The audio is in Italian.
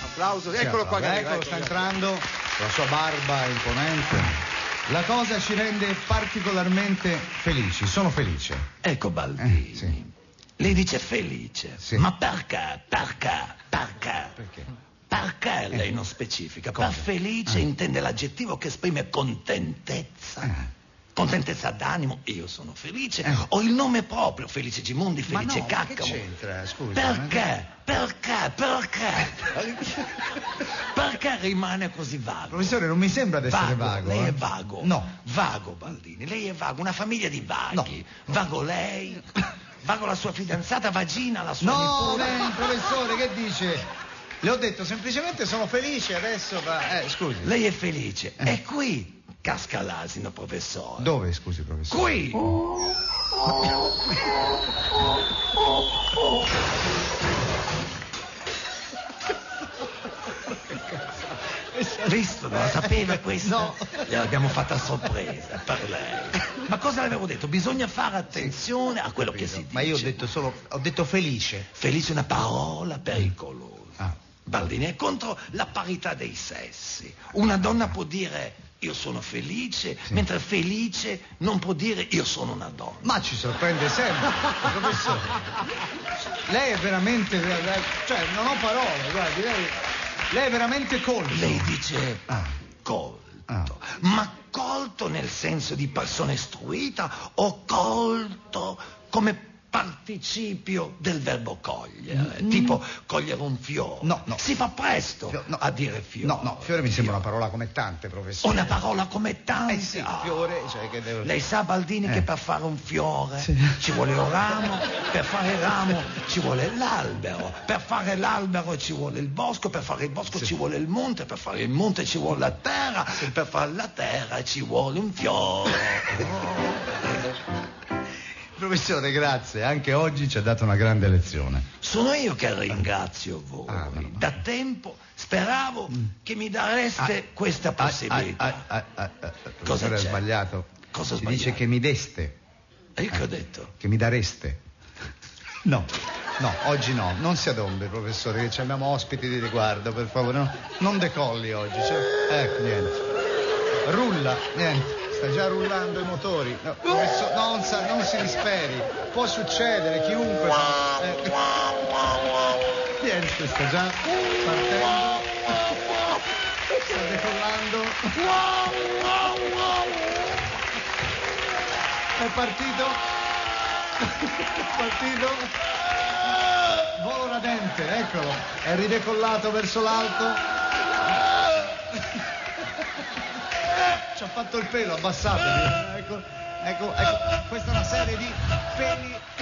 L'applauso, eccolo qua che arriva, Ecco, ecco. sta entrando, la sua barba è imponente. La cosa ci rende particolarmente felici, sono felice. Ecco Baldini. Eh, sì. Lei dice felice. Sì. Ma perché? Perché? Perché? Perché? Perché lei non specifica? Eh. Cosa? Ah. Per felice intende l'aggettivo che esprime Eh, contentezza. Contentezza d'animo, io sono felice. Ho il nome proprio, Felice Gimondi, Ma Felice no, ma che Caccamo. c'entra, scusa? Perché? Perché? Perché? perché rimane così vago? Professore, non mi sembra di essere Vago, vago. Lei eh. è vago. No. Vago Baldini, lei è vago, una famiglia di vaghi. Vago lei, vago la sua fidanzata, vagina la sua No, nipote. lei, professore, che dice? Le ho detto semplicemente sono felice adesso, ma... Eh, scusi. Lei è felice. Eh. E qui casca l'asino, professore. Dove, scusi, professore? Qui! Visto, non la sapeva questa? no. Gliel'abbiamo fatta a sorpresa per lei. Ma cosa le avevo detto? Bisogna fare attenzione a quello che si dice. Ma io ho detto solo, ho detto felice. Felice è una parola pericolosa. Ah. Baldini è contro la parità dei sessi. Una donna può dire io sono felice, mentre felice non può dire io sono una donna. Ma ci sorprende sempre, professore. Lei è veramente... Cioè, non ho parole, guardi, lei, lei è veramente colto. Lei dice Ah. colto. Ah. Ma colto nel senso di persona istruita o colto come participio del verbo cogliere? Tipo cogliere un fiore. Mm. No, no. Si fa presto Fio- no. a dire fiore. No, no, fiore mi sembra una parola come tante, professore. Una parola come tante. Eh sì, Ah. fiore, cioè che devo... Lei sa Baldini Eh. che per fare un fiore ci vuole un ramo, per fare il ramo ci vuole l'albero, per fare l'albero ci vuole il bosco, per fare il bosco ci vuole il monte, per fare il monte ci vuole la terra, per fare la terra ci vuole un fiore. Professore, grazie, anche oggi ci ha dato una grande lezione. Sono io che ringrazio voi. Ah, meno male. Mm. da tempo speravo che mi dareste questa possibilità. Ah, ah, ah, ah, ah, professore, ha c'è? sbagliato. Cosa ho si dice sbagliato? che mi deste, E io che ho detto? che mi dareste. No, no, oggi no. Non si adombe, professore, che ci abbiamo ospiti di riguardo, per favore. no. non decolli oggi. cioè- Ecco, niente. Rulla, niente. Sta già rullando i motori. No, professor- non, sa- non si disperi. Può succedere, chiunque... sa- eh, niente, sta già partendo. Sta decollando. È partito. È partito. Volo radente, eccolo. È ridecollato verso l'alto. Ci ha fatto il pelo, abbassatelo. Ecco, ecco, ecco. Questa è una serie di peli